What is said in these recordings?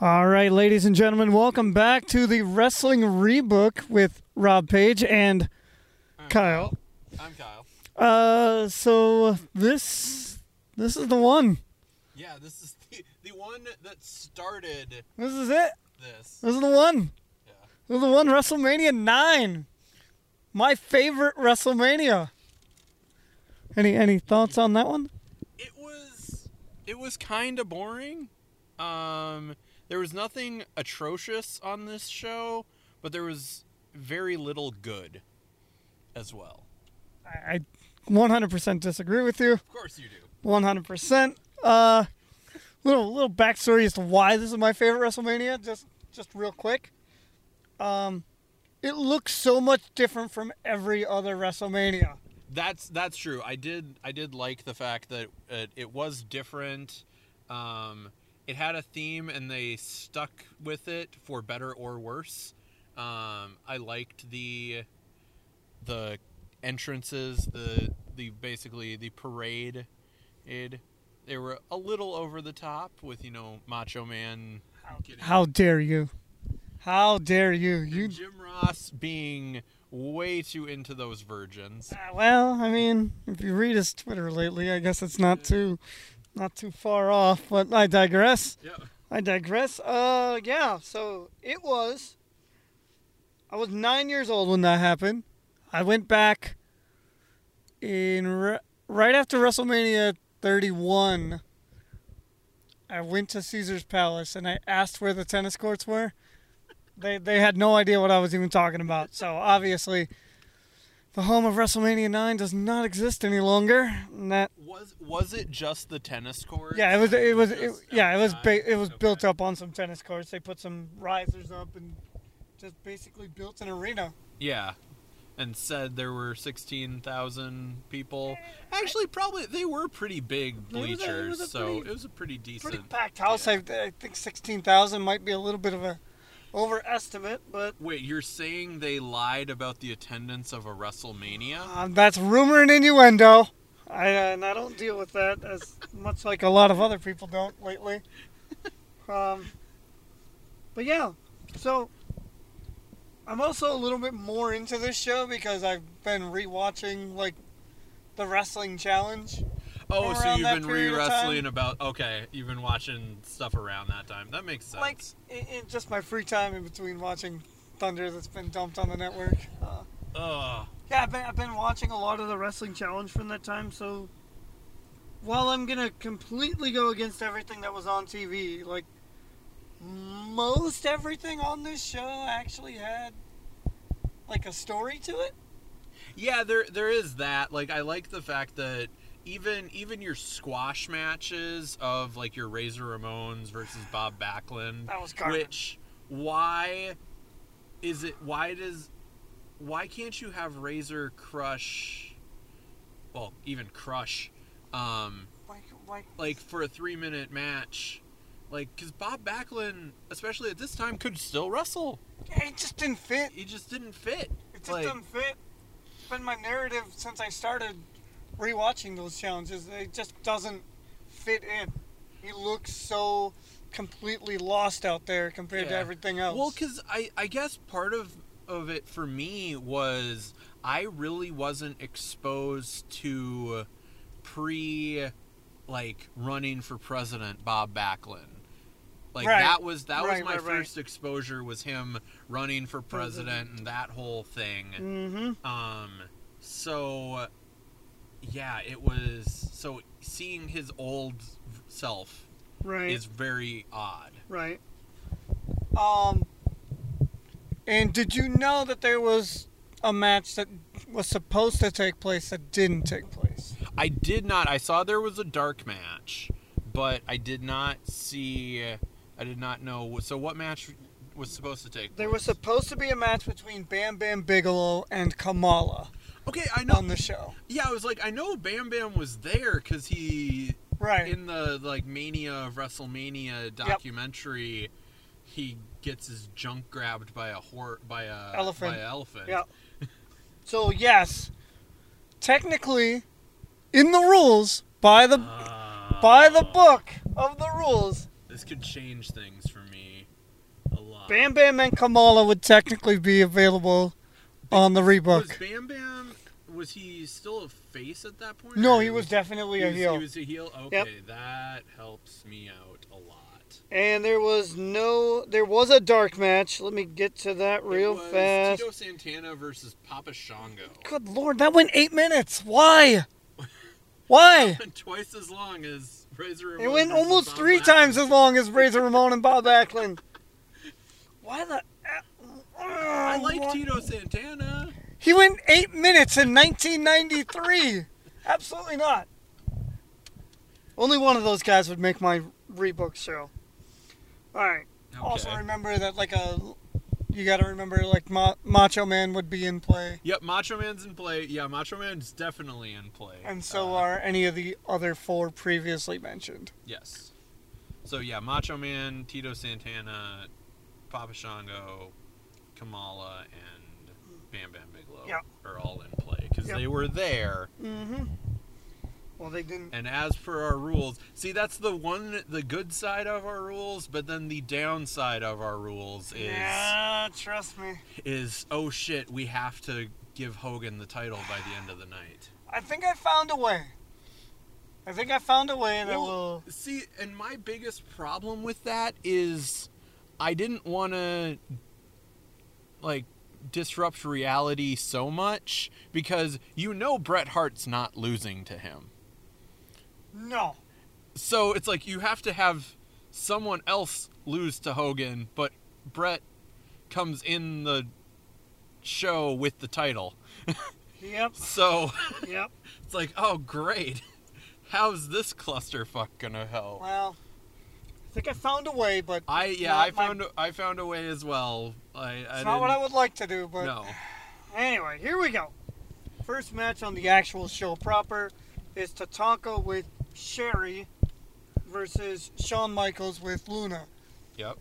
All right, ladies and gentlemen, welcome back to the Wrestling Rebook with Rob Page and Kyle. I'm Kyle. Uh, so this this is the one. Yeah, this is the, the one that started This is it. this. This is the one. Yeah. This is the one. WrestleMania nine, my favorite WrestleMania. Any any thoughts on that one? It was it was kind of boring. Um, there was nothing atrocious on this show, but there was very little good as well. I, I 100% disagree with you. Of course you do. 100%. Uh, little little backstory as to why this is my favorite WrestleMania. Just just real quick. Um, it looks so much different from every other WrestleMania. That's that's true. I did I did like the fact that it, it was different. Um, it had a theme and they stuck with it for better or worse. Um, I liked the the entrances, the the basically the parade. It they were a little over the top with you know Macho Man getting- How dare you? How dare you? You and Jim Ross being way too into those virgins. Uh, well, I mean, if you read his Twitter lately, I guess it's not too, not too far off. But I digress. Yeah. I digress. Uh, yeah. So it was. I was nine years old when that happened. I went back. In re- right after WrestleMania 31, I went to Caesar's Palace and I asked where the tennis courts were. They they had no idea what I was even talking about. So obviously, the home of WrestleMania 9 does not exist any longer. And that Was was it just the tennis court? yeah, it was. It was. It, Just yeah, it was. Ba- it was outside? built Okay. up on some tennis courts. They put some risers up and just basically built an arena. Yeah, and said there were sixteen thousand people. Actually, probably they were pretty big It was a- it bleachers, was a so pretty- it was a pretty Pretty decent. packed house. yeah. I, I think sixteen thousand might be a little bit of a overestimate, but Wait, you're saying they lied about the attendance of a WrestleMania? um, that's rumor and innuendo. I uh, and I don't deal with that as much like a lot of other people don't lately. Um, but yeah, so I'm also a little bit more into this show because I've been rewatching like the wrestling challenge. Oh, so around you've that been period of re-wrestling about? Okay, you've been watching stuff around that time. That makes sense. like in, in just my free time in between watching Thunder that's been dumped on the network. Uh, Ugh. yeah, I've been, I've been watching a lot of the wrestling challenge from that time. So while I'm gonna completely go against everything that was on TV, like most everything on this show actually had like a story to it. Yeah, there there is that. Like I like the fact that even even your squash matches of like your Razor Ramones versus Bob Backlund, That was garbage. which why is it why does why can't you have Razor crush well, even crush um Like, like like for a 3 minute match like cuz Bob Backlund especially at this time could still wrestle. it just didn't fit. He just didn't fit. It just Like- doesn't fit. It's been my narrative since I started rewatching those challenges. It just doesn't fit in. He looks so completely lost out there compared to Yeah. everything else. Well, because I, I guess part of of it for me was I really wasn't exposed to pre like running for president Bob Backlund. Like Right. that was that Right, was my right, right. first exposure was him running for president and that whole thing. mm-hmm. Um, so yeah, it was so seeing his old self Right. is very odd. right. Um. And did you know that there was a match that was supposed to take place that didn't take place? I did not. I saw there was a dark match, but I did not see. I did not know. So what match was supposed to take? There was place? supposed to be a match between Bam Bam Bigelow and Kamala Okay, I know. on the show. yeah, I was like, I know Bam Bam was there because he Right. in the like Mania of WrestleMania documentary, he gets his junk grabbed by a hor by a Elephant. by a elephant. Yeah. So yes, technically, in the rules by the Ah. by the book of the rules, This could change things for me a lot. Bam Bam and Kamala would technically be available on the was rebook. Bam Bam was he still a face at that point? No, or he was definitely he a was, heel. He was a heel. Okay, that helps me out a lot. And there was no, there was a dark match. Let me get to that it real was fast. Tito Santana versus Papa Shango. Good lord, that went eight minutes. Why? Why? Twice as long as Razor. It Ramon went versus almost Bob three Backlund. times as long as Razor Ramon and Bob Backlund. Why the? I like Why- Tito Santana. He went eight minutes in 1993. Absolutely not. Only one of those guys would make my rebook show. All right. Also Okay. remember that like a, you got to remember like Ma- Macho Man would be in play, Yep, Macho Man's in play. Yeah, Macho Man's definitely in play. and so Uh, are any of the other four previously mentioned. Yes. So yeah, Macho Man, Tito Santana, Papa Shango, Kamala, and Bam Bam Bigelow Yep. are all in play because Yep. they were there. Mm-hmm. Well, they didn't. And as per our rules, see that's the one the good side of our rules, but then the downside of our rules is Yeah, trust me. is oh shit, we have to give Hogan the title by the end of the night. I think I found a way. I think I found a way that Well, will. see, and my biggest problem with that is I didn't want to like disrupt reality so much because you know Bret Hart's not losing to him. No. So it's like you have to have someone else lose to Hogan, but Bret comes in the show with the title. Yep. So Yep. it's like, oh great. How's this clusterfuck gonna help? Well, I think I found a way, but I yeah, not I my- found a- I found a way as well. I, I it's not what I didn't- would like to do. But No, anyway, here we go. First match on the actual show proper is Tatanka with Sherry versus Shawn Michaels with Luna. yep.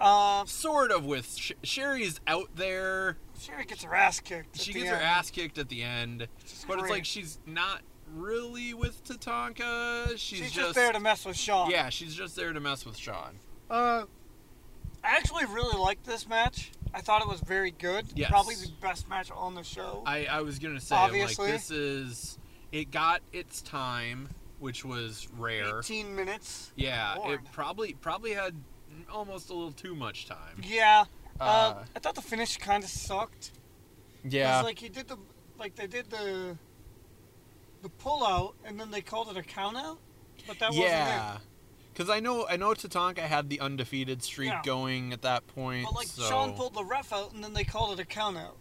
Uh, Sort of with Sh- Sherry's out there. Sherry gets her ass kicked. at She the gets her end. ass kicked at the end, but it's great. like she's not really with Tatanka. She's, She's, just, there to mess with Shawn. yeah, she's just there to mess with Sean. Uh, I actually really liked this match. I thought it was very good. Yes. Probably the best match on the show. I I was gonna say I'm Obviously. like this is it got its time, which was rare. 18 minutes. Yeah, Lord. it probably probably had almost a little too much time. Yeah. Uh, Uh, I thought the finish kind of sucked. 'Cause, Yeah, Like he did the, like they did the, the pull out, and then they called it a count out, but that wasn't yeah. Because I know I know Tatanka had the undefeated streak Yeah. going at that it. point. But like so, Sean pulled the ref out, and then they called it a count out.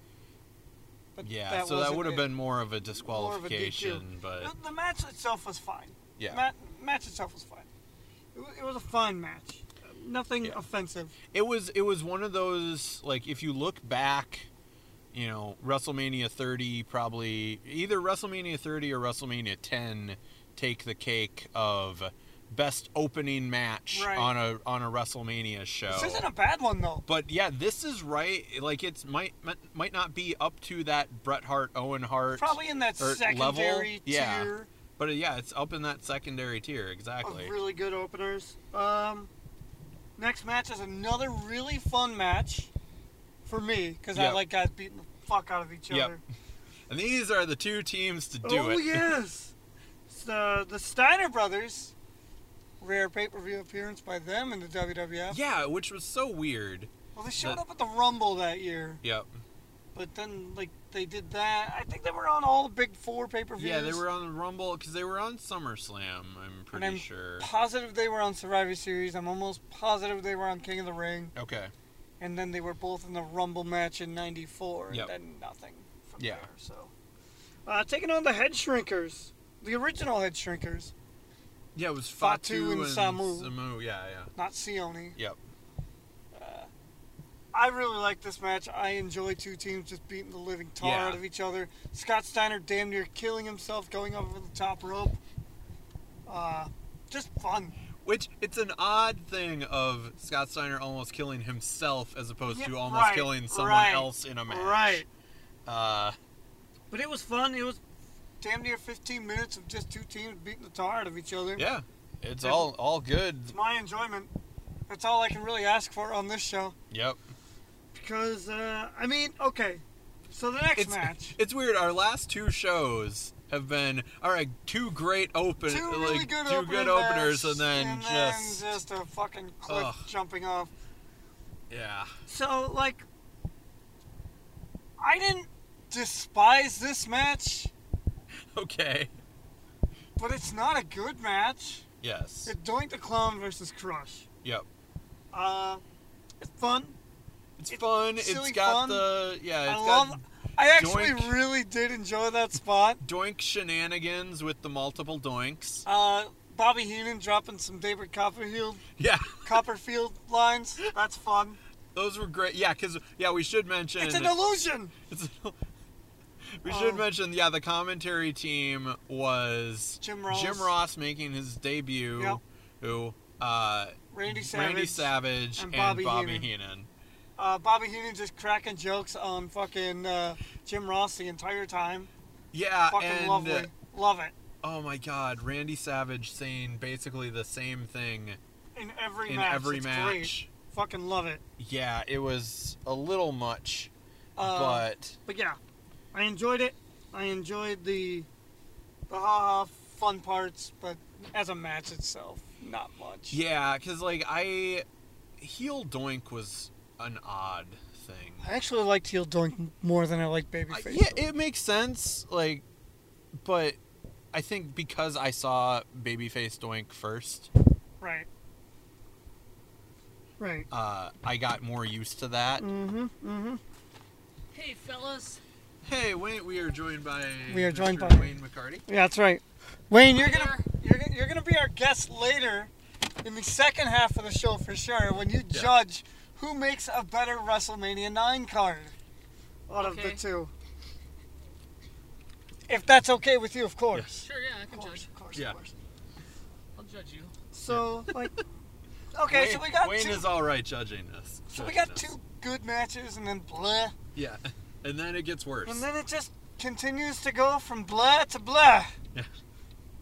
But yeah, that so that wasn't would have it. been more of a More of a DQ. disqualification, but The- the match itself was fine. yeah, Mat- match itself was fine. It, wa- it was a fine match. Nothing Yeah. offensive. it was it was one of those like if you look back, you know, WrestleMania 30 probably either WrestleMania 30 or WrestleMania 10 take the cake of best opening match Right. on a on a WrestleMania show. This isn't a bad one though. But yeah, this is right. Like it's might might- might not be up to that Bret Hart Owen Hart, Probably in that or secondary level? Yeah. tier but uh, yeah, it's up in that secondary tier exactly. of Oh, really good openers. Um, next match is another really fun match for me because I Yep. like guys beating the fuck out of each Yep. other. and these are the two teams to do oh it. yes, It's the the Steiner brothers. Rare pay per view appearance by them in the WWF. Yeah, which was so weird. Well, they showed The- up at the Rumble that year. Yep. But then, like, they did that. I think they were on all the big four pay per views. Yeah, they were on the Rumble because they were on SummerSlam. I'm pretty I'm- sure. positive they were on Survivor Series. I'm almost positive they were on King of the Ring. Okay. And then they were both in the Rumble match in '94. And Yep. then nothing from Yeah. there. So, uh, taking on the Head Shrinkers, the original Head Shrinkers, Yeah, it was Fatu Fatu, and Samu. Samu. Yeah, not Sione. Yep. Uh, I really like this match. I enjoy two teams just beating the living tar Yeah. out of each other. Scott Steiner damn near killing himself going over the top rope. Uh, just fun. yeah. Which it's an odd thing of Scott Steiner almost killing himself as opposed Yeah, to almost right, killing someone right, else in a match. Right. Uh, But it was fun. It was damn near 15 minutes of just two teams beating the tar out of each other. Yeah, it's Then- all all good. It's my enjoyment. That's all I can really ask for on this show. Yep. Because, uh, I mean, okay. So the next It's match. it's weird. Our last two shows have been all right. Two great open, Two uh, like really good, two opening good openers, match, and then and just then just a fucking clip Ugh. jumping off. yeah. So, like, I didn't despise this match, Okay. but it's not a good match. Yes. It's Doink the Clown versus Crush. Yep. Uh, it's fun. It's It's fun. It's silly got fun. the yeah. It's I got love. I actually Doink. really did enjoy that spot. doink shenanigans with the multiple doinks. Uh, Bobby Heenan dropping some David Copperfield Yeah, Copperfield lines. That's fun. those were great. Yeah, because yeah, we should mention. It's an illusion. it's- we should Um, mention. Yeah, the commentary team was Jim Ross. Jim Ross making his debut. Yep. Who? Uh, Randy Savage. Randy Savage and and Bobby Bobby, Heenan. Heenan. Uh, Bobby Heenan just cracking jokes on fucking uh, Jim Ross the entire time. Yeah, Fucking and lovely. uh, Love it. oh my God, Randy Savage saying basically the same thing In every in match. every it's match. Great. Fucking love it. Yeah, it was a little much, Uh, but But yeah, I enjoyed it. I enjoyed the the ha ha fun parts, but as a match itself, not much. Yeah, because like I, heel doink was an odd thing. I actually liked heel doink more than I liked I- babyface. yeah, it makes sense. Like, but I think because I saw babyface doink first, right. Right. uh, I got more used to that. Mm-hmm. Mm-hmm. Hey, fellas. Hey, wait, we are joined by We are joined Mr. by- Wayne McCarty. Yeah, that's right. Wayne, you're Hi gonna you're, gonna- you're gonna be our guest later in the second half of the show for sure when you Yeah. judge who makes a better WrestleMania nine card out of the Okay. two. If that's okay with you, of course. Sure, yeah, I can Of course, judge. of course, Yeah. of course. I'll judge you. So like, okay, Wayne, so we got Wayne two, is all right judging us. so we got judging us. two good matches and then blah, Yeah, and then it gets worse. and then it just continues to go from blah to blah. Yeah.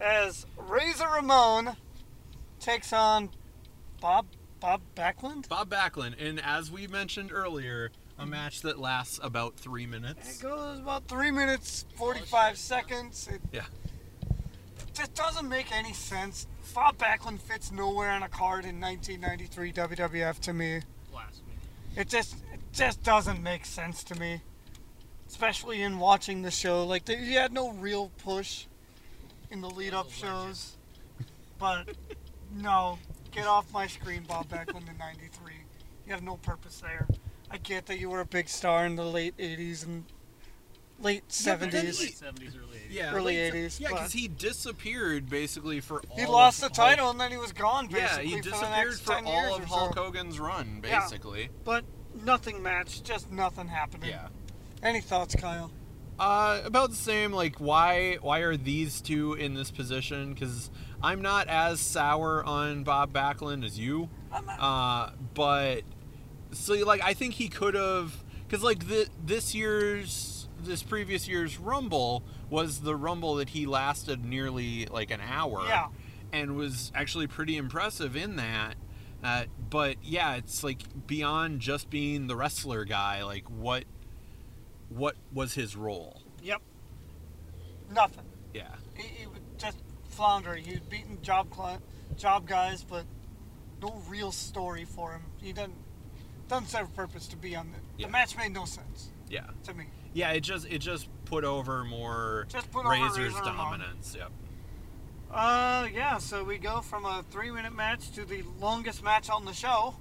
As Razor Ramon takes on Bob Bob Backlund. Bob Backlund, and as we mentioned earlier, a match that lasts about three It minutes. goes about three minutes, 45 seconds. It Oh, Yeah. just doesn't make any sense. Bob Backlund fits nowhere on a card in 1993 WWF to me. Blasphemy. It just it just doesn't make sense to me. Especially in watching the show. Like, they, you had no real push in the lead up shows. But, no. Get off my screen, Bob Backlund in 93. You have no purpose there. I get that you were a big star in the late 80s and late Yeah, but then 70s. he- Late 70s, early 80s. yeah, early like, 80s, Yeah, but- because he disappeared basically for all. He of lost the Hulk- title and then he was gone Yeah, basically he for the disappeared next for 10 years all of or Hulk so. Hogan's run, Yeah. basically. But nothing matched, just nothing happening. Yeah. Any thoughts, Kyle? Uh, about the same. Like, why? Why are these two in this position? Because I'm not as sour on Bob Backlund as you. I'm not- Uh, but so like I think he could have because like the, this year's this previous year's Rumble was the Rumble that he lasted nearly like an hour. Yeah. And was actually pretty impressive in that. Uh, but yeah, it's like beyond just being the wrestler guy. Like what what was his role? Yep. Nothing. Yeah. he, he would just flounder. He was beating job cli job guys, but no real story for him. He doesn't doesn't serve a purpose to be on the. Yeah. The match made no sense Yeah. to me. Yeah. It just it just put over more Just put over Razor's Razor Ramon. dominance. Yep. Uh, yeah. So we go from a three-minute match to the longest match on the show,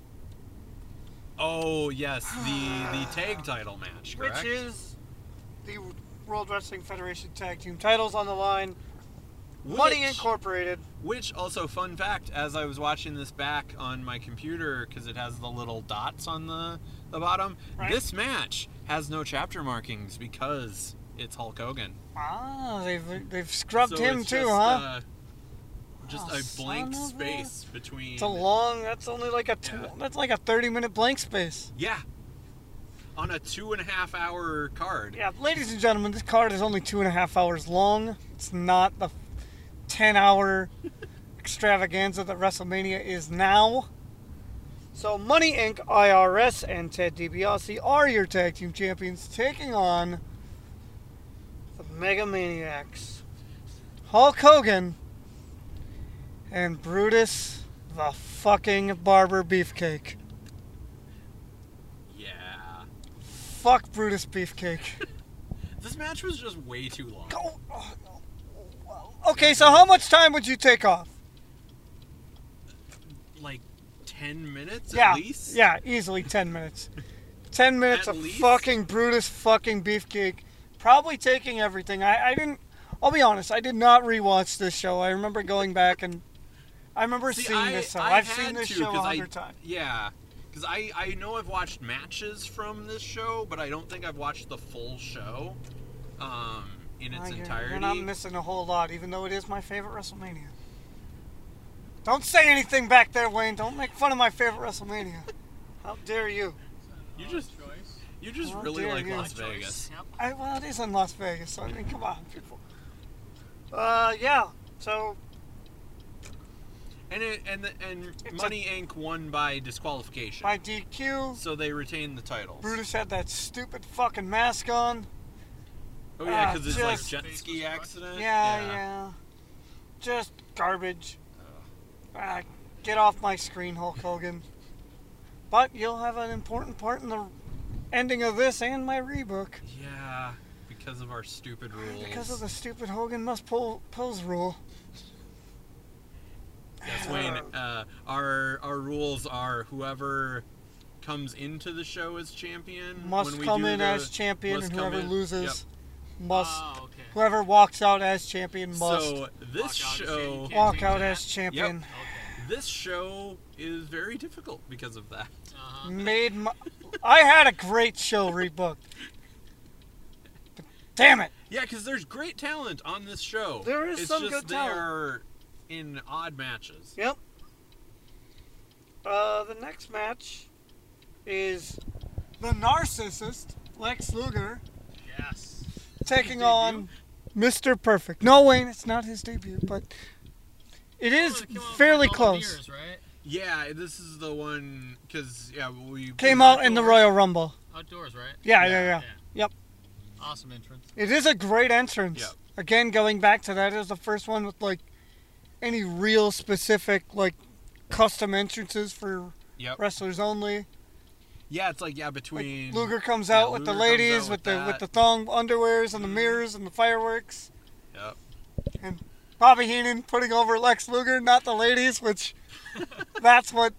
Oh yes, the the tag title match, correct? which is the World Wrestling Federation Tag Team titles on the line. Money Which- Incorporated. Which also, fun fact, as I was watching this back on my computer because it has the little dots on the the bottom, Right. this match has no chapter markings because it's Hulk Hogan. Ah, they've they've scrubbed So him it's too, just, huh? uh, just Oh, a blank son of a- space between. it's a long. That's only like a tw- Yeah. that's like a thirty-minute blank space. yeah. On a two and a half hour card. Yeah, ladies and gentlemen, this card is only two and a half hours long. It's not the 10 hour extravaganza that WrestleMania is now. So Money Inc. IRS and Ted DiBiase are your tag team champions, taking on the Mega Maniacs, Hulk Hogan, and Brutus the fucking Barber Beefcake. Yeah. Fuck Brutus Beefcake. This match was just way too long. Go. oh, no. Okay, so how much time would you take off? Like 10 minutes yeah, at least? yeah, easily ten minutes. Ten minutes At of least? fucking Brutus fucking Beefcake, probably taking everything. I, I didn't. I'll be honest. I did not rewatch this show. I remember going back and I remember See, seeing I, this. Show. I I've had seen this to, show a 'cause I- hundred times. Yeah. Because I, I know I've watched matches from this show, but I don't think I've watched the full show um, in its Uh, you're- entirety. You're not missing a whole lot, even though it is my favorite WrestleMania. Don't say anything back there, Wayne. Don't make fun of my favorite WrestleMania. How dare you? You just Choice. you just How really dare like you. Las My Vegas. Yep. I, well, it is in Las Vegas, so I mean, come on, people. Uh, yeah. So And it, and the, and It's Money Inc. won by disqualification, by DQ, so they retained the titles. Brutus had that stupid fucking mask on. oh yeah, Ah, because it's like just- jet ski accident. Yeah, yeah. Just garbage. Ah, get off my screen, Hulk Hogan. But you'll have an important part in the ending of this and my rebook. Yeah, because of our stupid rules. Because of the stupid Hogan must pull pose rule. Yes, Wayne. Uh, our our rules are whoever comes into the show as champion Must when we come do in the- as champion must and come whoever in- loses must Oh, okay. whoever walks out as champion Yep. must So Walk out this and say you show can't. walk change out that. as champion. Okay. this show is very difficult because of that. Uh-huh. Made my, I had a great show rebooked. But Damn it. Yeah, because there's great talent on this show. There is it's some just good they talent. are in odd matches. Yep. Uh, the next match is the narcissist Lex Luger Yes. taking on Mr. Perfect. No, Wayne, it's not his debut, but it is Come on, come on, fairly with all the close. beers, right? Yeah, this is the one because yeah we Came out in the Royal Rumble. Outdoors, right? Yeah, yeah, Yeah, yeah. Awesome entrance. It is a great entrance. Yep. Again, going back to that, it was the first one with like any real specific like custom entrances for Yep. wrestlers only. Yeah, it's like yeah Like between Luger comes yeah, out with the Luger comes out ladies, with with, the with that. the thong underwears and the Mhm. mirrors and the fireworks. Yep. Bobby Heenan putting over Lex Luger, not the ladies, which that's what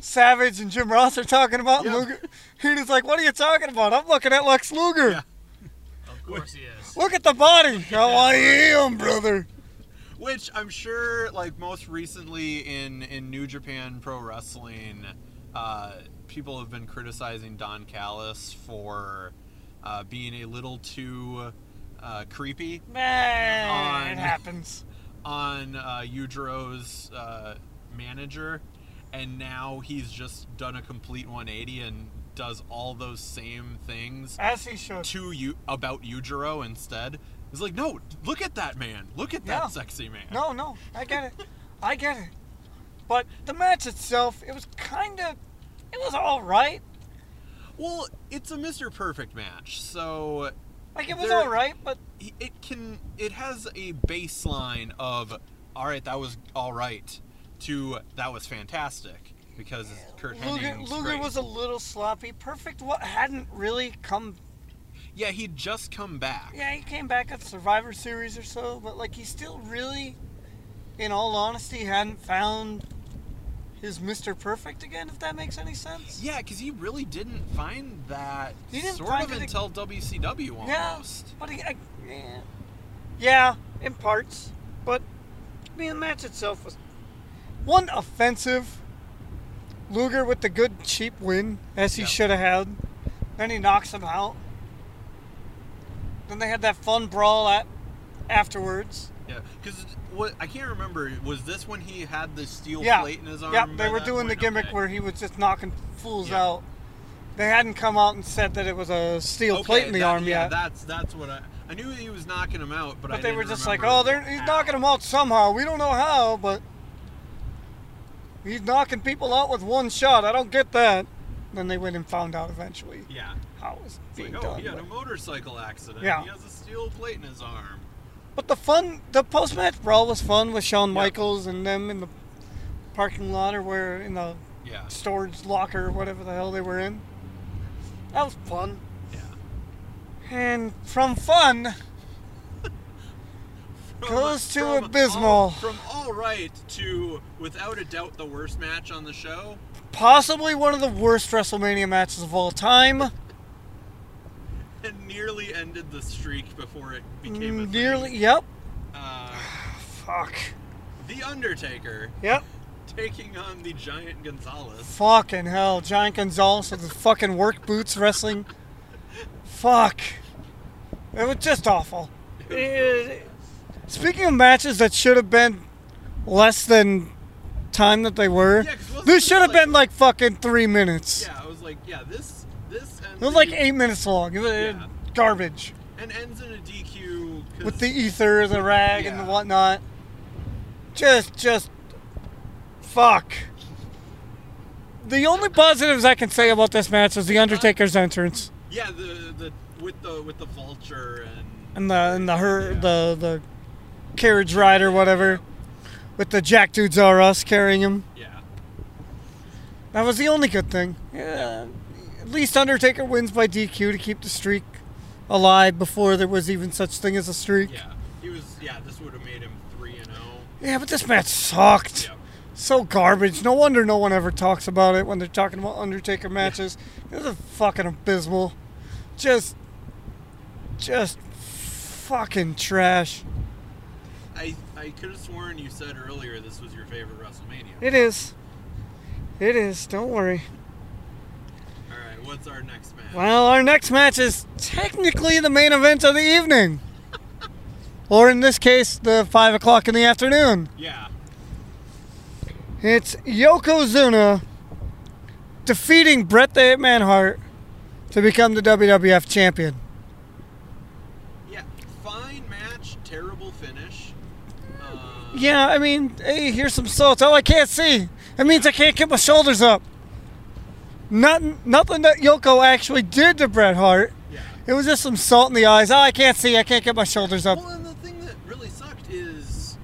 Savage and Jim Ross are talking about. Yeah. Luger, Heenan's like, "What are you talking about? I'm looking at Lex Luger. Yeah. Of course he is. Look at the body. oh, I am, brother. Which I'm sure, like most recently in in New Japan Pro Wrestling, uh, people have been criticizing Don Callis for uh, being a little too uh, creepy Man, it On- happens. on uh, Yujiro's uh, manager, and now he's just done a complete 180 and does all those same things As he should. to you about Yujiro instead. It's like, no, look at that man, look at that Yeah. sexy man. No, no, I get it. I get it. But the match itself, it was kind of, it was all right. Well, it's a Mr. Perfect match, so Like it was There- all right, but i- it can it has a baseline of all right, that was all right to that was fantastic because Kurt Luger, Henning's Luger great. was a little sloppy. Perfect. What hadn't really come yeah, he'd just come back. Yeah, he came back at Survivor Series or so, but like he still really, in all honesty, hadn't found his Mr. Perfect again, if that makes any sense. Yeah, because he really didn't find that He didn't sort find of it ag- until WCW Yeah. almost. But he, I, yeah. yeah, in parts, but I mean, the match itself was one offensive. Luger with the good cheap win, as he Yeah. should have had. Then he knocks him out. Then they had that fun brawl at afterwards. Yeah, because what I can't remember was this when he had the steel Yeah. plate in his arm. Yeah, by they were that doing the point? gimmick Okay. where he was just knocking fools Yeah. out. They hadn't come out and said that it was a steel Okay, plate in the that- arm yet. that's that's what I I knew he was knocking him out, but, I but they were didn't just like, remember "Oh, they're, he's how." knocking them out somehow. We don't know how, but He's knocking people out with one shot. I don't get that. Then they went and found out eventually Yeah. how it was It's being like, oh, done. he had but- a motorcycle accident. Yeah. He has a steel plate in his arm. But the fun, the post match brawl was fun with Shawn Yeah. Michaels and them in the parking lot or where in the Yeah. storage locker or whatever the hell they were in. That was fun. Yeah. And from fun, Goes to abysmal. all- from all right to without a doubt the worst match on the show. possibly one of the worst WrestleMania matches of all time. and nearly ended the streak before it became a Mm, thing. Nearly, yep. Uh, Fuck. the Undertaker Yep. taking on the Giant Gonzalez. Fucking hell. Giant Gonzalez with his fucking work boots wrestling. Fuck. It was just awful. It- Speaking of matches that should have been less than time that they were, Yeah, 'cause wasn't this this should have like- been like fucking three minutes. Yeah, I was like, yeah, this this ends It was like in- eight minutes long. It was it was Yeah. garbage. and ends in a DQ 'cause- With the ether, the rag, and the Yeah. whatnot. Just, just. Fuck. The only positives I can say about this match was The Undertaker's entrance yeah the the with the with the vulture and and the and the her Yeah. the the carriage ride or whatever, with the Jack dudes R Us carrying him. yeah That was the only good thing. Yeah. At least Undertaker wins by DQ to keep the streak alive before there was even such thing as a streak. yeah he was yeah this would have made him three and zero. Yeah, but this match sucked. Yeah. So garbage. No wonder no one ever talks about it when they're talking about Undertaker matches. It was fucking abysmal. Just, just fucking trash. I I could have sworn you said earlier this was your favorite WrestleMania. It is. It is. Don't worry. All right, what's our next match? Well, our next match is technically the main event of the evening. or in this case, the 5 o'clock in the afternoon. Yeah, It's Yokozuna defeating Bret the Hitman Hart to become the WWF champion. yeah, fine match, terrible finish. Uh, Yeah, I mean, hey, here's some salt. Oh, I can't see. It means I can't get my shoulders up. Nothing, nothing that Yoko actually did to Bret Hart. yeah. It was just some salt in the eyes. Oh, I can't see. I can't get my shoulders up. Well, and the thing that really sucked is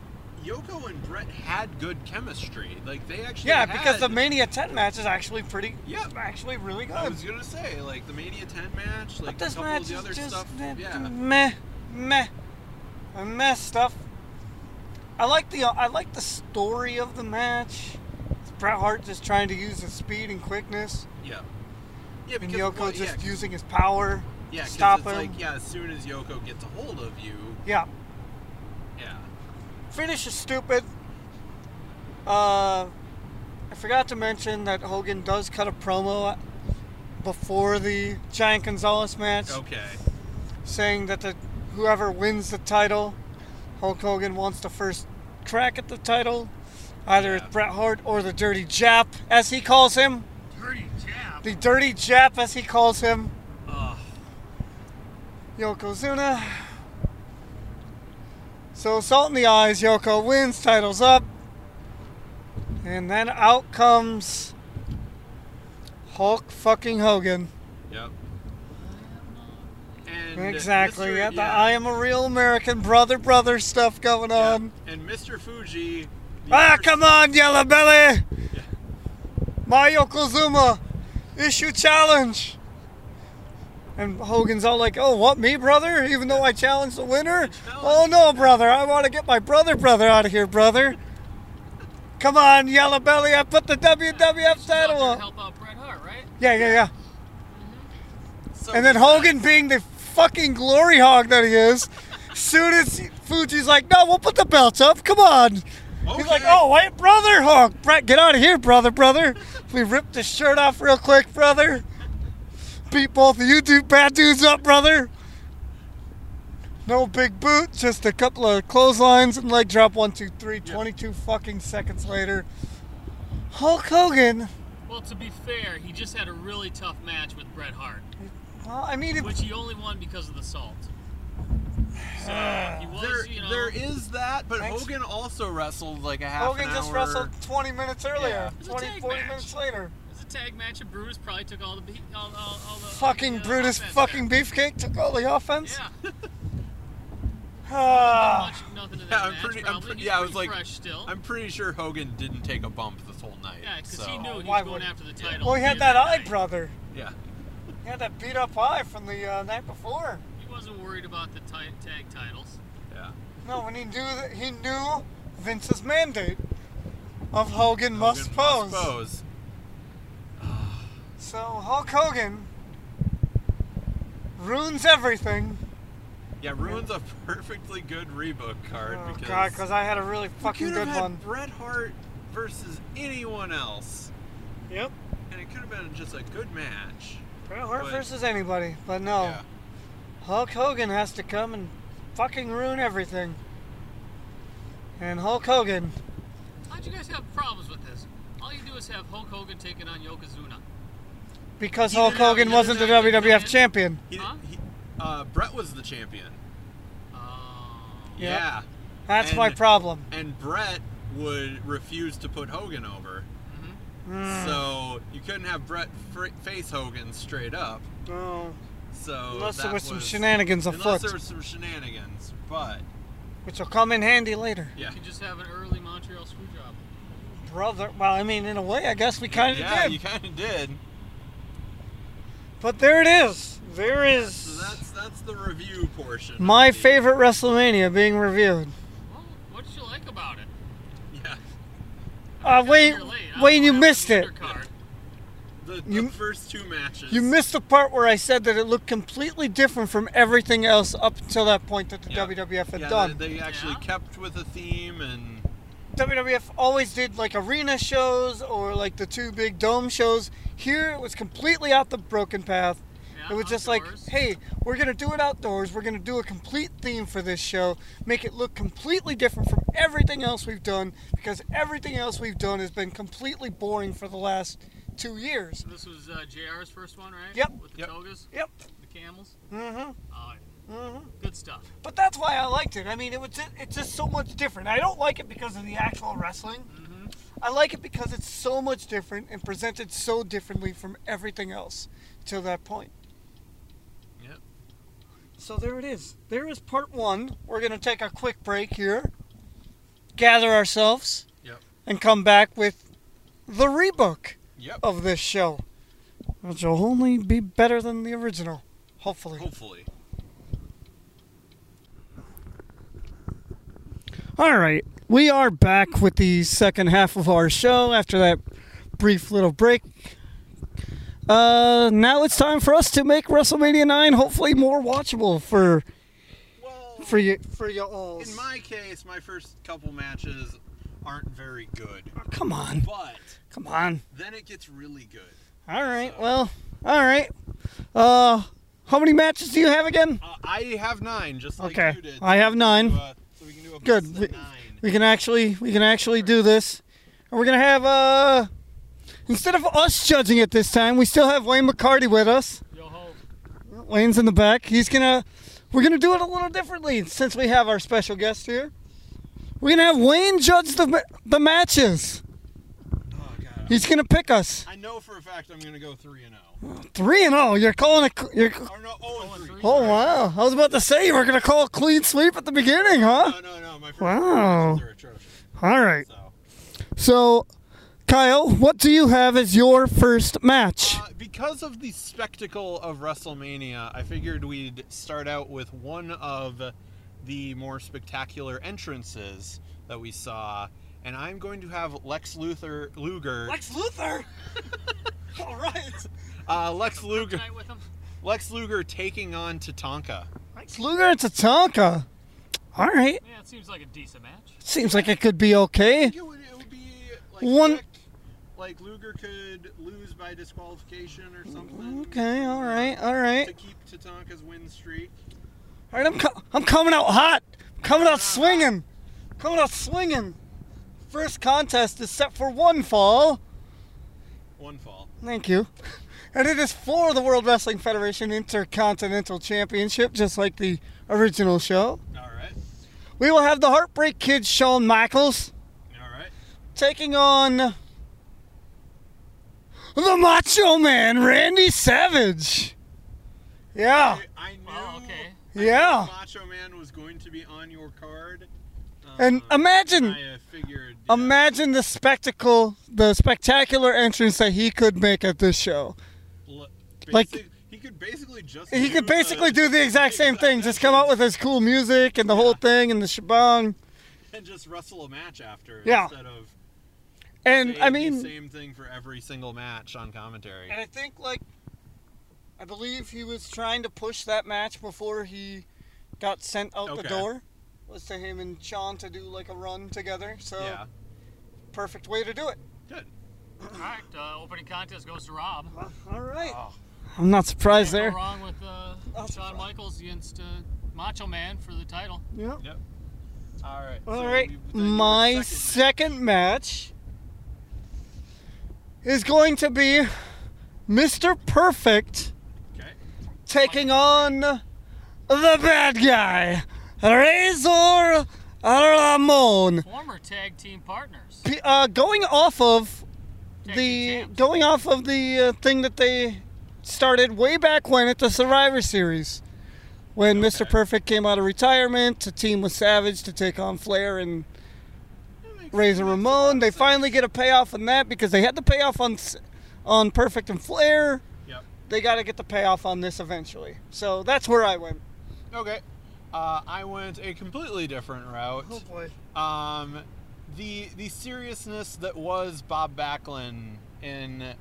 Yoko and Brett had good chemistry. Like they actually Yeah, because the had- Mania 10 match is actually pretty, Yeah. actually really I good. was gonna say like the Mania 10 match, like But a this couple match of the is other just uh, stuff. meh, Yeah, meh, meh, meh stuff. I like the I like the story of the match. It's Bret Hart just trying to use his speed and quickness, yeah, yeah. and Because Yoko well, just yeah, using his power. yeah, 'cause stop it's him. like yeah, as soon as Yoko gets a hold of you, Yeah, yeah, finish is stupid. Uh, I forgot to mention that Hogan does cut a promo before the Giant Gonzalez match. okay, saying that the whoever wins the title, Hulk Hogan wants the first crack at the title, either it's Yeah. Bret Hart or the Dirty Jap, as he calls him, Dirty jab. the Dirty Jap, as he calls him, Ugh. Yokozuna. So salt in the eyes, Yoko wins, titles up, and then out comes Hulk fucking Hogan. yep. And Exactly. Mr. Yeah, the yeah. I am a real American brother, brother stuff going Yeah. on. And Mr. Fuji. the um, Ah, first- come on, Yellow Belly! Yeah. My Yokozuna, issue challenge! And Hogan's all like, oh, what, me, brother? Even though I challenged the winner? Oh, no, brother, I want to get my brother, brother out of here, brother. Come on, Yellow Belly, I put the WWF title Help on. help out Bret Hart, right? Yeah, yeah, yeah. So And then he's like, Hogan, being the fucking glory hog that he is, soon as Fuji's like, no, we'll put the belts up, come on. He's like, "Okay." oh, wait, brother, Hulk, Brett, get out of here, brother, brother. We ripped his shirt off real quick, brother. Beat both of you two bad dudes up, brother. No big boot, just a couple of clotheslines and leg drop. One, two, three. Yeah. 22 fucking seconds later, Hulk Hogan. Well, to be fair, he just had a really tough match with Bret Hart, Well, I mean, it, which he only won because of the salt. So he was, There, you know. there is that, but Thanks. Hogan also wrestled like a half Hogan an just hour. wrestled 20 minutes earlier. It's a 20, tag 40 match. minutes later. It was a tag match, and Brutus probably took all the beat, all, all, all the Fucking all the Brutus offense fucking Beefcake took all the there. offense. Yeah, Ah. Watching nothing of that Yeah, I'm match, pretty. I'm probably. pre- He's yeah, I was pretty like, fresh still. I'm pretty sure Hogan didn't take a bump this whole night. yeah, because so- he knew he Why was would- going after the title. Well, he at had the that end of the eye night. brother. Yeah, He had that beat up eye from the uh, night before. He wasn't worried about the ti- tag titles. yeah. No, when he knew that he knew Vince's mandate of Hogan, must, Hogan pose. must pose. So Hulk Hogan ruins everything. Yeah, ruins a perfectly good rebook card Oh because god, because I had a really you fucking could good have had one. Bret Hart versus anyone else, Yep. and it could have been just a good match. Bret Hart But- versus anybody, but no. Yeah. Hulk Hogan has to come and fucking ruin everything. And Hulk Hogan. How'd you guys have problems with this? All you do is have Hulk Hogan taking on Yokozuna. Because He did Hulk not- Hogan he did wasn't the not- he did WWF not- champion. He, Huh? he, uh, Bret was the champion. Oh. Yep. Yeah, That's my And- problem. and Bret would refuse to put Hogan over, Mm-hmm. Mm. so you couldn't have Bret fr- face Hogan straight up. No. So Unless there that was some was- shenanigans afoot, Unless there were some shenanigans, but which will come in handy later. yeah, You can just have an early Montreal screw job. Brother, well, I mean, in a way, I guess we kind of yeah, did. you kind of did. But but there it is. There is So that's that's the review portion. of my the- favorite WrestleMania being reviewed. Well, what did you like about it? Yeah, Uh, Wayne, You're late. I Wayne, don't you have the missed it. undercard. the, the You- first two matches. You missed the part where I said that it looked completely different from everything else up until that point that the Yeah. WWF had yeah, done. They, they actually Yeah. kept with a theme and WWF always did like arena shows or like the two big dome shows. Here it was completely out the broken path. Yeah, it was just outdoors. like, hey, we're gonna do it outdoors. We're gonna do a complete theme for this show, make it look completely different from everything else we've done because everything else we've done has been completely boring for the last two years. This was uh, JR's first one, right? Yep. With the Yep. togas, Yep. the camels. Mm-hmm. Uh, Mm-hmm. good stuff. But that's why I liked it. I mean, it was ju- it's just so much different. I don't like it because of the actual wrestling. Mm-hmm. I like it because it's so much different and presented so differently from everything else till that point. Yep. So there it is. There is part one. We're gonna take a quick break here, gather ourselves, Yep. and come back with the rebook yep. of this show, which will only be better than the original, hopefully. Hopefully, All right, we are back with the second half of our show after that brief little break. Uh, now it's time for us to make WrestleMania 9 hopefully more watchable for well, for you for you all. in my case, my first couple matches aren't very good, Come on, but come on. then it gets really good. All right, So- well, all right. Uh, how many matches do you have again? Uh, I have nine, just like Okay, you did. I have nine. So, uh, so we can do a Good. best We- of nine. We can actually we can actually do this. And we're gonna have uh instead of us judging it this time, we still have Wayne McCarty with us. Yo ho. Wayne's in the back. He's gonna we're gonna do it a little differently since we have our special guest here. We're gonna have Wayne judge the ma- the matches. Oh god. He's gonna pick us I know for a fact I'm gonna go three and zero. three and oh. You're calling it. cl- You're. c- Or no, oh and three. Oh wow! I was about to say you were gonna call a clean sweep at the beginning, huh? No, no, no. My first Wow. matches are atrocious. All right. So, Uh, So, Kyle, what do you have as your first match? uh, because of the spectacle of WrestleMania, I figured we'd start out with one of the more spectacular entrances that we saw, and I'm going to have Lex Luthor Luger. Luthor. All right. uh, Lex Luger. Tonight with him. Lex Luger taking on Tatanka. Lex Luger to Tonka. All right. Yeah, it seems like a decent match. Seems like it could be okay. think it would, it would be like One- one. like Luger could lose by disqualification or something. Okay. All right. All right. To keep Tatanka's win streak. All right, I'm, co- I'm coming out hot. I'm coming out swinging. Coming out swinging. First contest is set for one fall. One fall. Thank you. And it is for the World Wrestling Federation Intercontinental Championship, just like the original show. All right. We will have the Heartbreak Kid Shawn Michaels All right. taking on the Macho Man Randy Savage. Yeah, I knew. Oh, okay. I knew Yeah. Macho Man was going to be on your card. and Um, imagine. I uh, figured. yeah. Imagine the spectacle, the spectacular entrance that he could make at this show. L- like- basic- he could basically just. He could basically do the exact same thing, just come out out with his cool music and the whole thing and the shebang. and just wrestle a match after. Yeah. Instead of And I saying mean, Uh, the same thing for every single match on commentary. And I think like I believe he was trying to push that match before he got sent out the Okay. door. Was to him and Sean to do like a run together. So Yeah. perfect way to do it. Good. All right. Uh, opening contest goes to Rob. All right. Oh. I'm not surprised Can't there. Oh, go wrong with uh, That's Shawn right. Michaels against uh, Macho Man for the title. Yeah. All right. All so right. we've done your My second second match is going to be Mr. Perfect match. Okay. taking on the bad guy, Razor Ramon. Former tag team partners. P- uh, going off of Tag the team champs. going off of the uh, thing that they started way back when at the Survivor Series, when Mr. Perfect came out of retirement to team with Savage to take on Flair and That makes- Razor that makes a lot Ramon. of They sense. finally get a payoff on that because they had the payoff on S- on Perfect and Flair. Yep. They got to get the payoff on this eventually. So that's where I went. Okay. Uh, I went a completely different route. Oh, boy. um, the the seriousness that was Bob Backlund in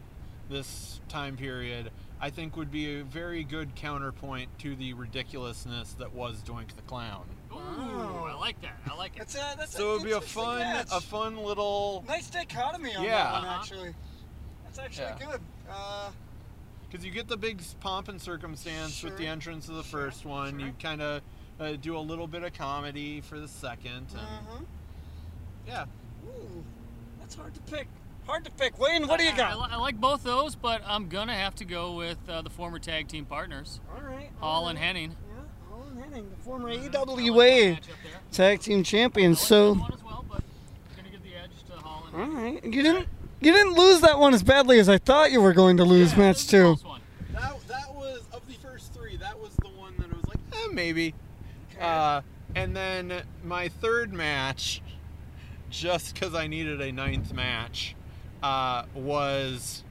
this time period, I think, would be a very good counterpoint to the ridiculousness that was Doink the Clown. Ooh, I like that. I like it. That's a, that's So it an would be a interesting fun match. a fun little nice dichotomy on Yeah. that one Uh-huh. actually. That's actually Yeah. good. Uh, because you get the big pomp and circumstance with the Sure. entrance of the Sure, first one. You sure. kind of uh, do a little bit of comedy for the second, and uh-huh. yeah, Ooh, that's hard to pick. Hard to pick. Wayne, what do you I, got? li- I like both those, but I'm gonna have to go with uh, the former tag team partners, All right. Hall and Henning. Yeah, Hall and Henning, the former I like AWA that matchup there. tag team I champions. like So. this one as well, but I'm gonna give the edge to Hall and All right, you didn't you didn't lose that one as badly as I thought you were going to lose, Yeah, match this is a two. close one. that that was of the first three. That was the one that I was like, eh, maybe. Uh, and then my third match, just because I needed a ninth match, uh, was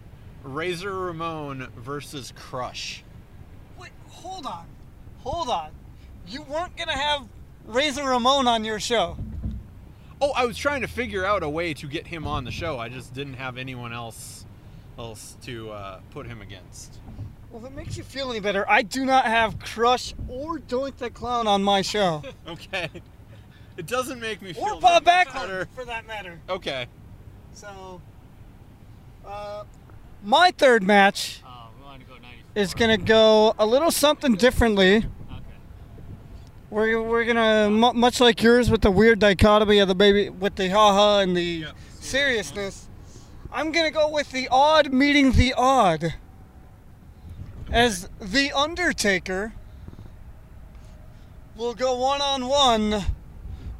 Razor Ramon versus Crush. Wait, hold on, hold on. You weren't gonna have Razor Ramon on your show. Oh, I was trying to figure out a way to get him on the show. I just didn't have anyone else else to uh, put him against. Well, if it makes you feel any better, I do not have Crush or Doink the Clown on my show, Okay. It doesn't make me feel or Bob that much Backlund better. for that matter. Okay. So, uh, my third match Oh, we wanted to go 94. is gonna go a little something differently. Okay. We're, we're gonna mu much like yours with the weird dichotomy of the baby with the haha and the Yep. seriousness. I'm gonna go with the odd meeting the odd as the Undertaker will go one on one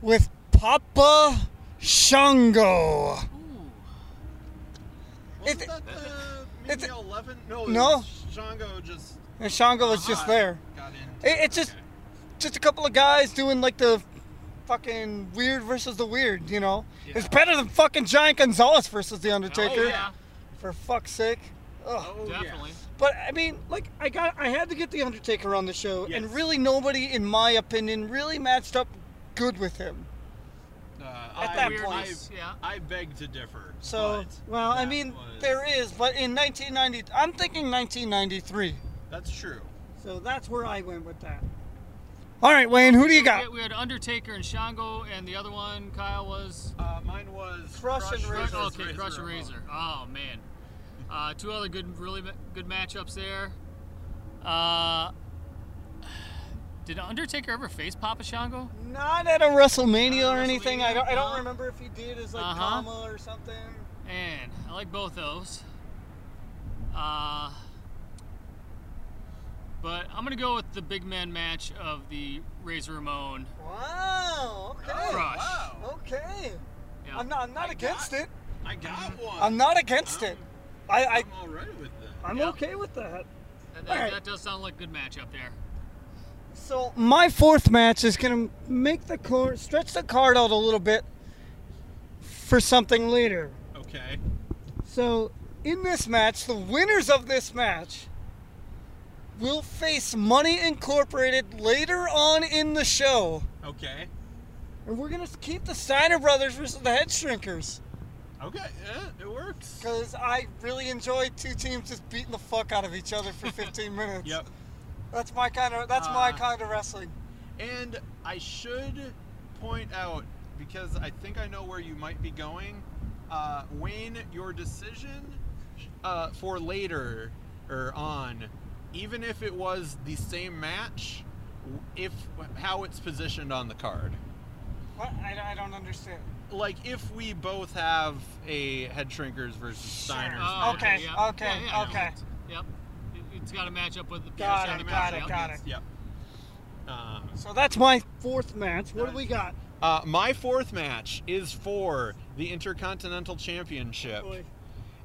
with Papa Shango. Ooh. Wasn't It- that the it's- maybe 11? No, it No. was Shango just And Shango is just got- there. Got in. It- it's just- just a couple of guys doing like the fucking weird versus the weird, you know? It's Yeah. better than fucking Giant Gonzalez versus The Undertaker. Oh, yeah, For fuck's sake. Ugh. Oh, yeah. definitely. But I mean, like I got I had to get The Undertaker on the show and Yes. really nobody in my opinion really matched up good with him. Uh, At I, that I- point. Yeah. I, beg to differ. So, but well, I that mean, was- there is, but in 1990 I'm thinking 1993. That's true. So that's where I went with that. All right, Wayne, who do you We got? had- We had Undertaker and Shango, and the other one, Kyle, was. Uh, mine was Crush and versus Razor. okay, Crush and Ramon. Razor. Oh, man. Uh, two other good, really ma- good matchups there. Uh, did Undertaker ever face Papa Shango? Not at a WrestleMania Not or at anything. WrestleMania, I don't I don't huh? remember if he did as like Uh-huh. comma or something. Man, I like both those. Uh, But I'm gonna go with the big man match of the Razor Ramon. Wow. Okay. Oh, Crush. wow. Okay. Yeah. I'm not. I'm not I against got- it. I got one. I'm not against I'm- it. I. I I'm all right with that. I'm Oh. Yeah. okay with that. That, Alright. that, that does sound like a good match up there. So my fourth match is gonna make the card stretch the card out a little bit for something later. Okay. So in this match, the winners of this match will face Money Incorporated later on in the show, Okay. and we're gonna keep the Steiner Brothers versus the Head Shrinkers Okay. Yeah, it works. because I really enjoy two teams just beating the fuck out of each other for 15 minutes. Yep. That's my kind of that's my Uh, kind of wrestling. And I should point out because I think I know where you might be going. Uh, Wayne, your decision uh, for later or on, even if it was the same match, w- if how it's positioned on the card. What? I, I don't understand. Like if we both have a head shrinkers versus Steiners. Sure. match, Oh, Okay, yeah. okay, Yeah, yeah, no, okay. it's- Yep. It, has got to match up with the Got PSI it, match, got it, yep. got it. Yep. Um, So that's my fourth match. What do we got? Uh, my fourth match is for the Intercontinental Championship, Oh, Boy.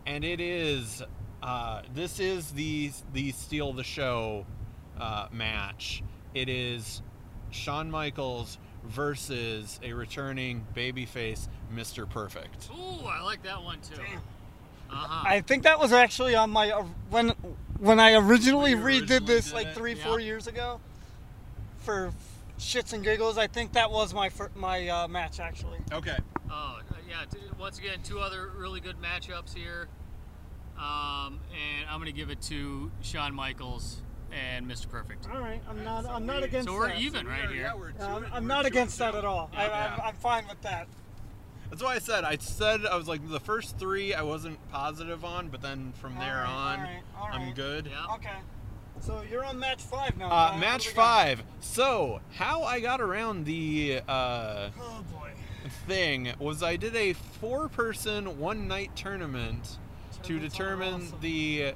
and it is uh, this is the the steal the show uh, match. It is Shawn Michaels versus a returning babyface Mr. Perfect. Ooh, I like that one too. Damn. Uh-huh. I think that was actually on my uh, when when I originally When redid you originally this did like it, three yeah. four years ago for shits and giggles. I think that was my fir- my uh, match actually. Okay. Oh, yeah. T- once again, two other really good matchups here. Um, and I'm going to give it to Shawn Michaels and Mr. Perfect. All right, I'm not I'm not we- against So we're that. even right here. Yeah, I'm, I'm not against that at all. I, I'm, Yeah. I'm fine with that. That's why I said I said I was like the first three I wasn't positive on, but then from there Alright, on alright, alright. I'm good. Yeah. Okay, so you're on match five now. Brian. Uh, Uh, What match do we got? five. So, how I got around the uh, Oh boy. thing was I did a four person, one night tournament to Tournaments are determine awesome. the.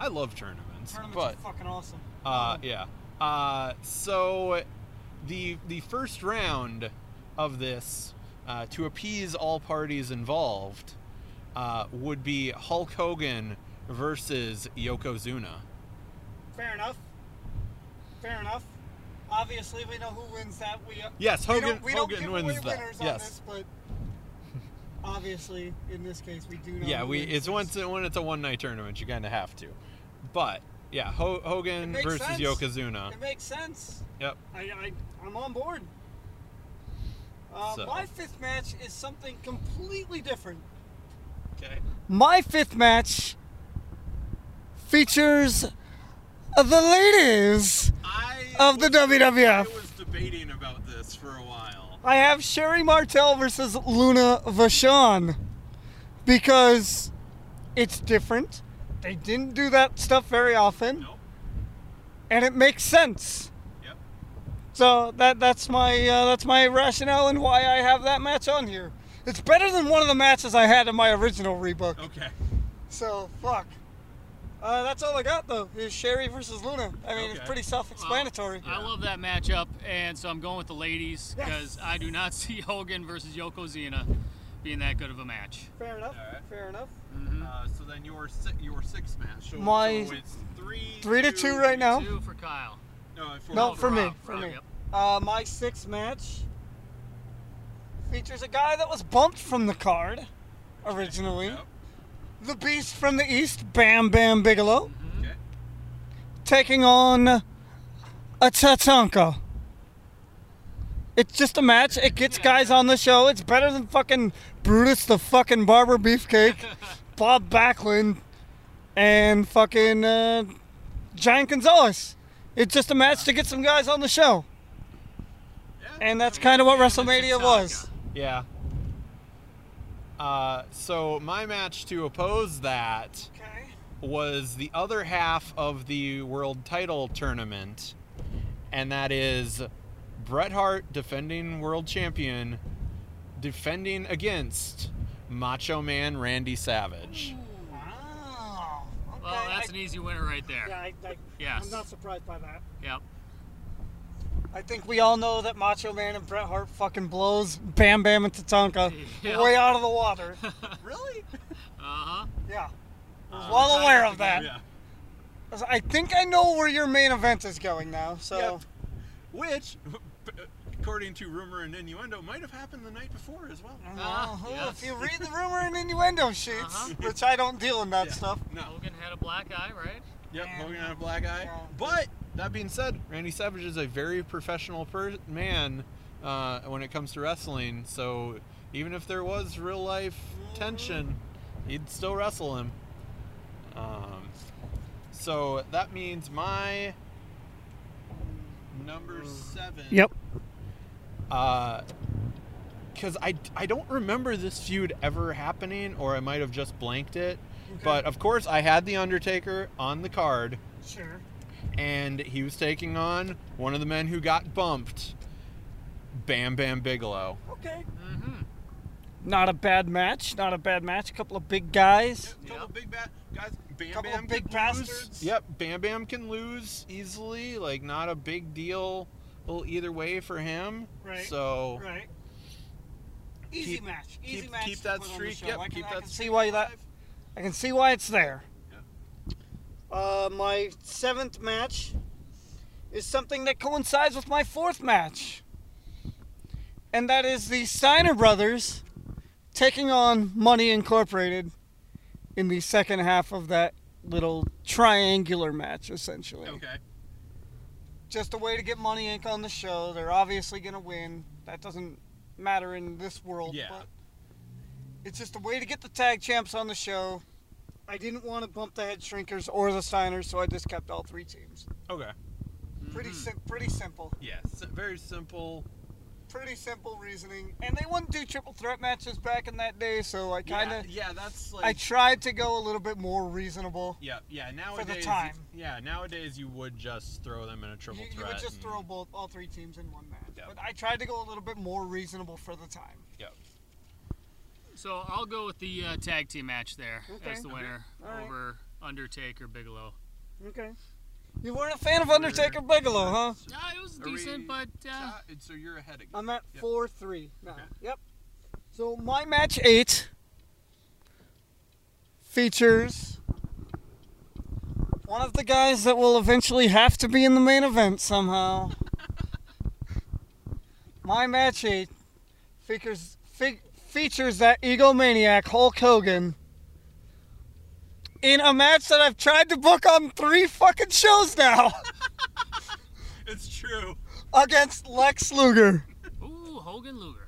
I love tournaments, Tournaments but. are fucking awesome. Um, Uh, yeah. Uh, so the the first round of this, uh, to appease all parties involved, uh, would be Hulk Hogan versus Yokozuna. Fair enough. Fair enough. Obviously, we know who wins that. We uh, Yes, we Hogan. don't, we Hogan don't give wins away that. winners on yes. this, but obviously, in this case, we do know. yeah, who we. wins It's this. once when it's a one night tournament, you kind of have to. But yeah, Ho- Hogan makes versus sense. Yokozuna. It makes sense. Yep. I, I I'm on board. Uh, So. My fifth match is something completely different. Okay. My fifth match features the ladies I of the was- I WWF. was debating about this for a while. I have Sherry Martel versus Luna Vachon because it's different. They didn't do that stuff very often, Nope. and it makes sense. Yep. So that that's my uh, that's my rationale and why I have that match on here. It's better than one of the matches I had in my original rebook. Okay. So fuck. Uh, that's all I got though. Is Sherry versus Luna. I mean, it's Okay. pretty Well, self-explanatory. I love that matchup, and so I'm going with the ladies because I do not see Hogan versus Yokozuna being that good of a match. Fair enough. All right. Fair enough. Uh, so then your si- your six match. So, My- so it's three Three to two right now. Two for Kyle. No, four, No, four. for me, Rob. for Rob, me. yep. Uh, my sixth match features a guy that was bumped from the card originally. Yep. The Beast from the East, Bam Bam Bigelow, Okay. taking on a Tatanka. It's just a match. It gets guys on the show. It's better than fucking Brutus the fucking Barber Beefcake, Bob Backlund, and fucking uh, Giant Gonzalez. It's just a match to get some guys on the show. Yeah. And that's kind of what Yeah, WrestleMania Tatanka. was. yeah. Uh, so my match to oppose that Okay. was the other half of the world title tournament, and that is Bret Hart defending world champion, defending against Macho Man Randy Savage. Wow. Well, I- that's I- an easy winner right there. Yeah, I, I, Yes. I'm not surprised by that. Yep. I think we all know that Macho Man and Bret Hart fucking blows Bam Bam and Tatanka Yeah. way out of the water. Really? Uh-huh. Yeah. I was Uh, well tied aware up of that. yeah. I think I know where your main event is going now. So Yep. Which, according to rumor and innuendo, might have happened the night before as well. Well, Uh, yeah. Uh-huh. if you read the rumor and innuendo sheets, Uh-huh. which I don't deal in that Yeah. stuff. No. Hogan had a black eye, right? Yep, Yeah. Hogan had a black eye. Yeah. But that being said, Randy Savage is a very professional per- man uh, when it comes to wrestling. So even if there was real life tension, Mm-hmm. he'd still wrestle him. Um, so that means my Mm. number seven. Because I, I don't remember this feud ever happening, or I might have just blanked it. Okay. But of course, I had The Undertaker on the card, Sure. and he was taking on one of the men who got bumped Bam Bam Bigelow. Okay. Mm-hmm. Not a bad match. Not a bad match. A couple of big guys. couple big bat guys. Bam Couple of Bam big can lose. bastards. Yep, Bam Bam can lose easily. Like not a big deal well, either way for him. Right. So Right. Easy Keep- match. Easy keep, match. keep to that put on the streak. show. Yep, I can, keep I that can streak see why that. alive. I can see why it's there. Yeah. Uh, my seventh match is something that coincides with my fourth match, and that is the Steiner brothers taking on Money Incorporated in the second half of that little triangular match, essentially. Okay. Just a way to get Money Inc. on the show. They're obviously going to win. That doesn't matter in this world. Yeah. But it's just a way to get the tag champs on the show. I didn't want to bump the head shrinkers or the Steiners, so I just kept all three teams. Okay. Mm-hmm. Pretty sim- pretty simple. Yeah. s- very simple. Pretty simple reasoning. And they wouldn't do triple threat matches back in that day, so I kind of Yeah, yeah, that's like I tried to go a little bit more reasonable. Yeah, yeah. Nowadays, time. yeah, nowadays you would just throw them in a You, triple you threat. would just and- throw both all three teams in one match. Yeah. But I tried to go a little bit more reasonable for the time. Yep. So I'll go with the uh, tag team match there Okay. as the winner All right. over Undertaker Bigelow. Okay. You weren't a fan of Undertaker Bigelow, huh? Uh, it was Are we- decent, but uh, So- So you're ahead again. I'm at Yep. four three now. Okay. Yep. So my match eight features one of the guys that will eventually have to be in the main event somehow. my match eight features fig, features that egomaniac Hulk Hogan. In a match that I've tried to book on three fucking shows now it's true. against Lex Luger. ooh, Hogan Luger.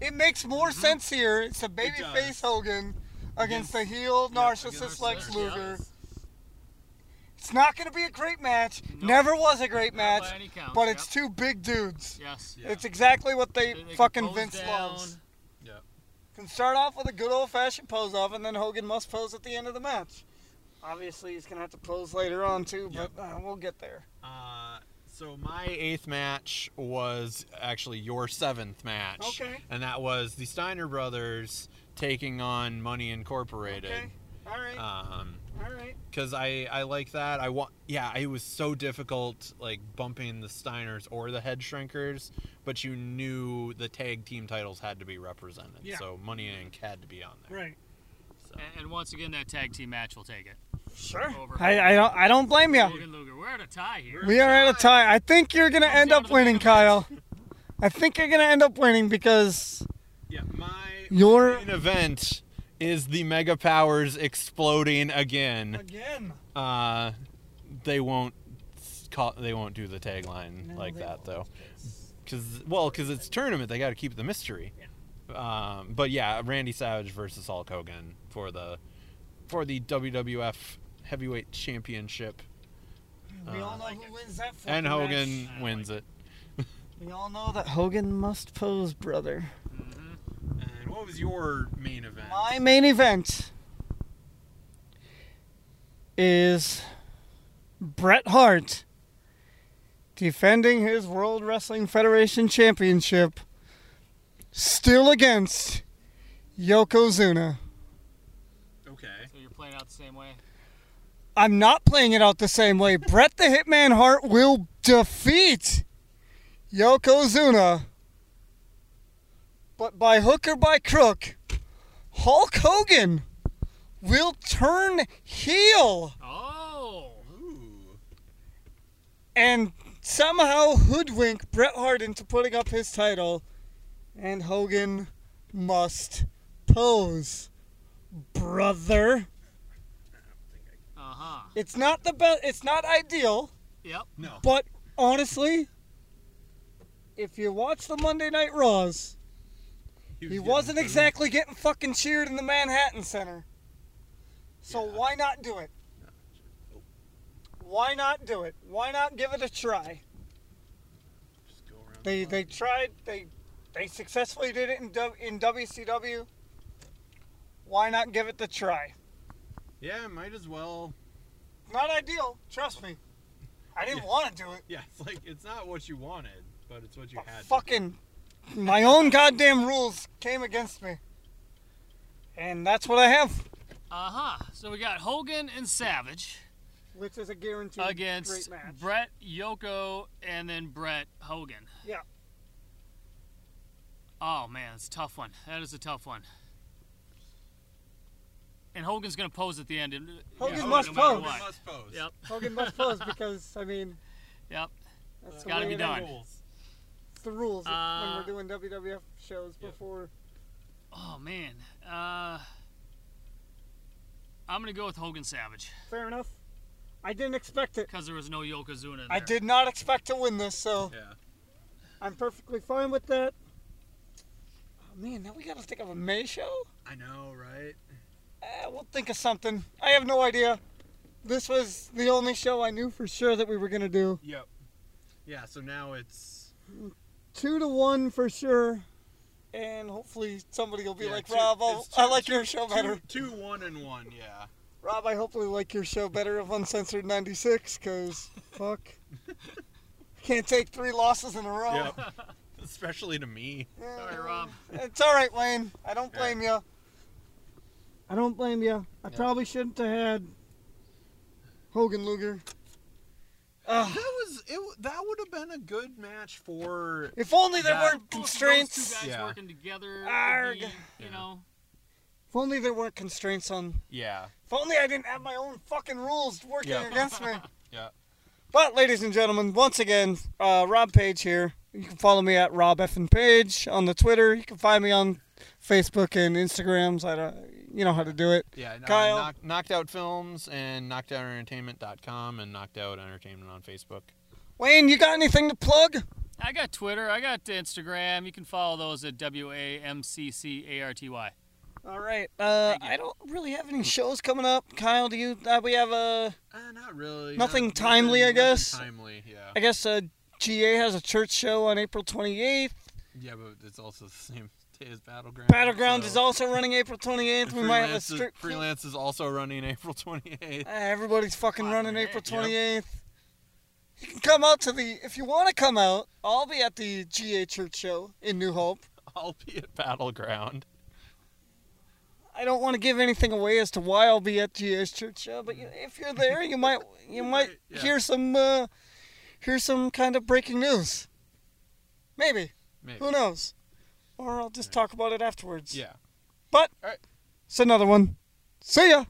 It makes more Mm-hmm. sense here. It's a does. babyface Hogan against Against- the heel narcissist Lex against Lex, Luger. yeah. It's not going to be a great match. Nope. Never was a great Not match, by any count, but yep. it's two big dudes. Yes. Yeah. It's exactly what they, They- they fucking can pose Vince loves. down. Can start off with a good old fashioned pose off, and then Hogan must pose at the end of the match. Obviously, he's going to have to pose later on too, Yep. but uh, we'll get there. Uh, so my eighth match was actually your seventh match. Okay. And that was the Steiner brothers taking on Money Incorporated. Okay. All right. Uh, Um, All right. because I I like that. I want yeah. It was so difficult like bumping the Steiners or the Head Shrinkers, but you knew the tag team titles had to be represented. Yeah. So Money Inc had to be on there. Right. So. And, and once again, that tag team match will take it. Sure. Over. I, I don't I don't blame you. Hogan Luger. We're at a tie here. We are at a tie. I think you're gonna Comes end down up to the main winning, event. Kyle. I think you're gonna end up winning because Yeah, my Your- main event is the Mega Powers exploding again. again, Uh, they won't s- call, they won't do the tagline No, like they that though, because well, because it's tournament, they got to keep the mystery. Um, but yeah, Randy Savage versus Hulk Hogan for the for the WWF Heavyweight Championship, we Uh, all know who wins that. fucking and Hogan match. I wins it. We all know that Hogan must pose, brother. Mhm. And what was your main event? My main event is Bret Hart defending his World Wrestling Federation championship, still against Yokozuna. okay. So you're playing out the same way. I'm not playing it out the same way. Brett the Hitman Hart will defeat Yokozuna. But by hook or by crook, Hulk Hogan will turn heel Oh. Ooh. and somehow hoodwink Bret Hart into putting up his title. And Hogan must pose. Brother. Uh huh. It's not the best, it's not ideal. Yep. No. But honestly, if you watch the Monday Night Raws, was he getting wasn't booed. exactly getting fucking cheered in the Manhattan Center. So Yeah. why not do it? Why not do it? Why not give it a try? Just go around They the they tried they they successfully did it in w, in WCW. Why not give it the try? Yeah, might as well. Not ideal, trust me. I didn't Yeah. want to do it. Yeah, it's like it's not what you wanted, but it's what you but had. fucking my own goddamn rules came against me. And that's what I have. Uh huh. So we got Hogan and Savage Which is a guaranteed against great match. Brett Yoko and then Brett Hogan. Yeah. Oh man, it's a tough one. That is a tough one. And Hogan's gonna pose at the end. and- uh, Hogan yeah, must no matter pose. Hogan what. must pose. Yep. Hogan must pose because I mean Yep. that's the gotta way be it done. is. It's the rules Uh, when we're doing WWF shows Yep. before Oh man. Uh, I'm gonna go with Hogan Savage fair enough. I didn't expect it. because there was no Yokozuna. In there. I did not expect to win this, so Yeah. I'm perfectly fine with that. Oh man, now we gotta think of a May show? I know, right? Eh, we'll think of something. I have no idea. This was the only show I knew for sure that we were gonna do. Yep. Yeah. So now it's two to one for sure. And hopefully somebody will be Yeah, like, two- Rob, I'll, it's I two- like your show better. two, two, one, and one. Yeah. Rob, I hopefully like your show better of Uncensored 96 because fuck. Can't take three losses in a row. Yep. Especially to me. Yeah. Sorry, Rob. It's all right, Wayne. I don't Yeah. blame you. I don't blame you. I Yeah. probably shouldn't have had Hogan Luger. Ugh. That was it. w- That would have been a good match for. If only there That- weren't Both of those constraints. Two guys Yeah. working together. would Arg. be, Yeah. you know. If only there weren't constraints on Yeah. If only I didn't have my own fucking rules working Yeah. against me. Yeah. But, ladies and gentlemen, once again, uh, Rob Page here. You can follow me at Rob F and Page on the Twitter. You can find me on Facebook and Instagrams. I don't, you know how to do it. Yeah. and, uh, Kyle. knock, knocked out films and knockedoutentertainment.com and knocked out entertainment on Facebook. Wayne, you got anything to plug? I got Twitter. I got Instagram. You can follow those at W A M C C A R T Y. All right. Uh, Thank you. I don't really have any shows coming up. Kyle, do you? Uh, we have a. Uh, not really. Nothing Not- timely, I nothing guess. Timely. Yeah. I guess uh GA has a church show on April 28th. Yeah, but it's also the same day as Battleground. Battleground so- is also running April 28th. and We might have a Freelance is- strip. Freelance is also running April 28th. Uh, everybody's fucking Fucking running A, April 28th. yep. You can come out to the, if you want to come out, I'll be at the GA Church Show in New Hope. I'll be at Battleground. I don't want to give anything away as to why I'll be at GA's Church Show, but you, if you're there, you might, you might might, yeah. hear some, uh, hear some kind of breaking news. Maybe. Maybe. Who knows? Or I'll just talk about it afterwards. Yeah. But, All right. it's another one. See ya!